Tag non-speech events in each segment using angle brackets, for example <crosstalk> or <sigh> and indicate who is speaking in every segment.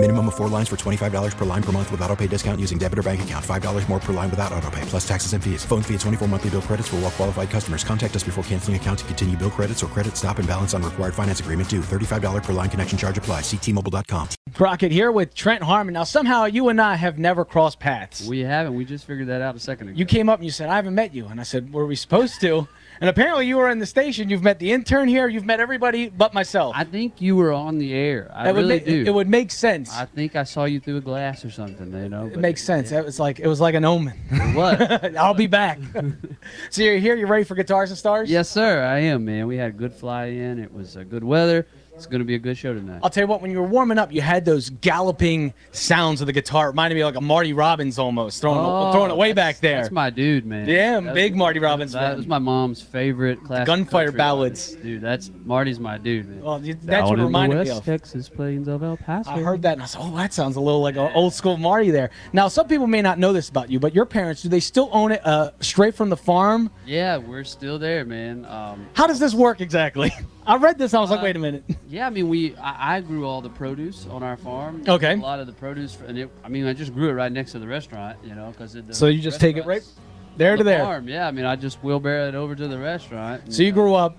Speaker 1: Minimum of four lines for $25 per line per month with auto pay discount using debit or bank account. $5 more per line without auto pay, plus taxes and fees. Phone fee at 24 monthly bill credits for all well qualified customers. Contact us before canceling account to continue bill credits or credit stop and balance on required finance agreement due. $35 per line connection charge apply. Ctmobile.com.
Speaker 2: Brockett here with Trent Harmon. Now, somehow you and I have never crossed paths.
Speaker 3: We haven't. We just figured that out a second ago.
Speaker 2: you came up and you said, I haven't met you. And I said, Were we supposed to? And apparently you were in the station. You've met the intern here. You've met everybody but myself.
Speaker 3: I think you were on the air. I
Speaker 2: That would
Speaker 3: really
Speaker 2: ma-
Speaker 3: do.
Speaker 2: It would make sense.
Speaker 3: I think I saw you through a glass or something. You know.
Speaker 2: it makes sense. That was like it was like an omen. <laughs>
Speaker 3: What?
Speaker 2: I'll be back. so you're here. You're ready for guitars and stars?
Speaker 3: <laughs> yes, sir. I am, man. We had good fly in. It was uh, good weather. It's going to be a good show tonight.
Speaker 2: I'll tell you what. When you were warming up, you had those galloping sounds of the guitar. It reminded me of like a Marty Robbins almost throwing throwing it way
Speaker 3: Oh, that's-
Speaker 2: back there.
Speaker 3: That's my dude, man.
Speaker 2: Yeah,
Speaker 3: That's-
Speaker 2: big Marty Robbins
Speaker 3: That
Speaker 2: fan.
Speaker 3: was my mom's favorite classic.
Speaker 2: gunfire
Speaker 3: country
Speaker 2: ballads.
Speaker 3: artist. dude. That's Marty's my dude, man.
Speaker 2: Well, you- that's what
Speaker 3: Out in the
Speaker 2: reminded me
Speaker 3: West
Speaker 2: of.
Speaker 3: Texas plains of El Paso.
Speaker 2: I heard that and I said, "Oh, that sounds a little like an old school Marty there." Now, some people may not know this about you, but your parents do they still own it uh, straight from the farm?
Speaker 3: Yeah, we're still there, man. Um,
Speaker 2: How does this work exactly? <laughs> I read this, I was
Speaker 3: Uh,
Speaker 2: like, "Wait a minute."
Speaker 3: Yeah, I mean, we I, I grew all the produce on our farm.
Speaker 2: Okay.
Speaker 3: A lot of the produce, and it, I mean, I just grew it right next to the restaurant, you know, because
Speaker 2: So you just take it right there to there.
Speaker 3: Farm, yeah. I mean, I just wheelbarrow it over to the restaurant. and,
Speaker 2: So you
Speaker 3: uh,
Speaker 2: grew up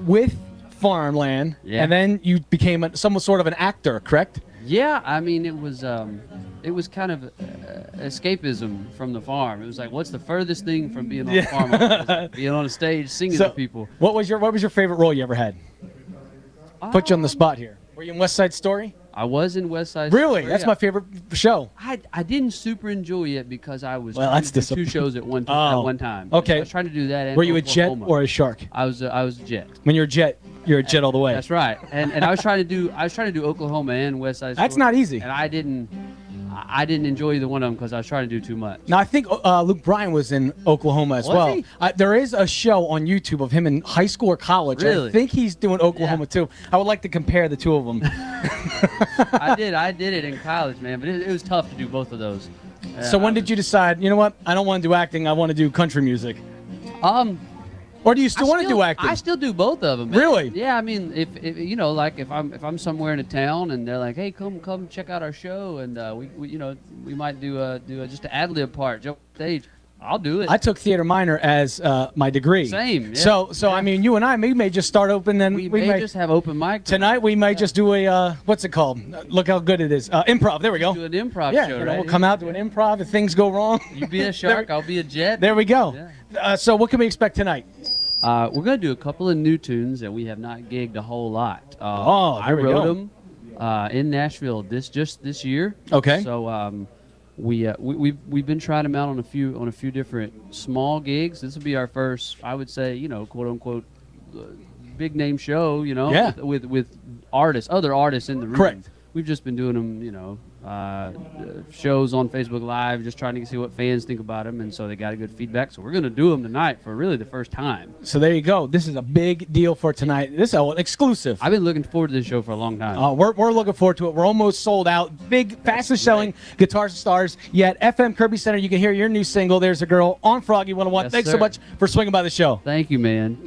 Speaker 2: with farmland,
Speaker 3: Yeah.
Speaker 2: and then you became a, some sort of an actor, correct?
Speaker 3: Yeah, I mean, it was um, it was kind of uh, escapism from the farm. It was like, what's the furthest thing from being on a farm? It
Speaker 2: <laughs>
Speaker 3: was like being on a stage singing to people.
Speaker 2: what was your what was your favorite role you ever had? Put you on the spot here. Were you in West Side Story?
Speaker 3: Um, I was in West Side.
Speaker 2: Really?
Speaker 3: Story.
Speaker 2: That's
Speaker 3: I-
Speaker 2: my favorite show.
Speaker 3: I, I didn't super enjoy it because I was
Speaker 2: Well,
Speaker 3: trying
Speaker 2: that's
Speaker 3: to do two
Speaker 2: disappointing.
Speaker 3: shows at one t-
Speaker 2: Oh,
Speaker 3: at one time.
Speaker 2: okay.
Speaker 3: I was trying to do that. and
Speaker 2: Were you a jet
Speaker 3: Oklahoma.
Speaker 2: or a shark?
Speaker 3: I was a, I was a jet.
Speaker 2: When you're a jet, you're a jet all the way.
Speaker 3: That's right. And and I was trying to do I was trying to do Oklahoma and West Side.
Speaker 2: That's
Speaker 3: Story,
Speaker 2: not easy.
Speaker 3: And I didn't I I didn't enjoy either one of them because I was trying to do too much.
Speaker 2: Now I think uh, Luke Bryan was in Oklahoma as
Speaker 3: Was
Speaker 2: well.
Speaker 3: he?
Speaker 2: Uh, there is a show on YouTube of him in high school or college. I
Speaker 3: Really?
Speaker 2: think he's doing Oklahoma too. I would like to compare the two of
Speaker 3: <laughs>
Speaker 2: them.
Speaker 3: I did I did it in college, man. But it, it was tough to do both of those. Uh,
Speaker 2: so when did you decide? You know what? I don't want to do acting. I want to do country music.
Speaker 3: um
Speaker 2: Or do you still want to
Speaker 3: still-
Speaker 2: do acting?
Speaker 3: I still do both of them.
Speaker 2: Really?
Speaker 3: Yeah, I mean, if, if you know, like if I'm if I'm somewhere in a town and they're like, hey, come come check out our show, and uh, we, we you know we might do uh do a, just an ad lib part, jump on stage. I'll do it.
Speaker 2: I took theater minor as uh, my degree.
Speaker 3: Same, yeah.
Speaker 2: So so I mean, you and I, we may just start open and
Speaker 3: we, may, just have open mic
Speaker 2: tonight. We might just do a uh, what's it called? Uh, Look how good it is. Uh, improv. There we go.
Speaker 3: do an improv
Speaker 2: yeah,
Speaker 3: show.
Speaker 2: you know,
Speaker 3: right?
Speaker 2: we'll come out do an improv if things go wrong.
Speaker 3: You be a shark, I'll be a jet.
Speaker 2: There we go.
Speaker 3: Yeah.
Speaker 2: Uh, so, what can we expect tonight?
Speaker 3: Uh, we're gonna do a couple of new tunes that we have not gigged a whole lot. Uh,
Speaker 2: Oh,
Speaker 3: I
Speaker 2: here we
Speaker 3: wrote
Speaker 2: go.
Speaker 3: them uh, in Nashville this just this year.
Speaker 2: Okay.
Speaker 3: So um, we, uh, we we've we've been trying them out on a few on a few different small gigs. This will be our first, I would say, you know, quote unquote, uh, big name show. You know,
Speaker 2: Yeah.
Speaker 3: with, with with artists, other artists in the room.
Speaker 2: Correct.
Speaker 3: We've just been doing them, you know, uh, uh, shows on Facebook Live, just trying to see what fans think about them, and so they got a good feedback. So we're gonna do them tonight for really the first time.
Speaker 2: So there you go. This is a big deal for tonight. This is an exclusive.
Speaker 3: I've been looking forward to this show for a long time.
Speaker 2: Uh, we're, we're looking forward to it. We're almost sold out. Big, fastest selling guitars and stars yet. FM Kirby Center. You can hear your new single. There's a girl on Froggy 101.
Speaker 3: Yes,
Speaker 2: Thanks so
Speaker 3: sir.
Speaker 2: much for swinging by the show.
Speaker 3: Thank you, man.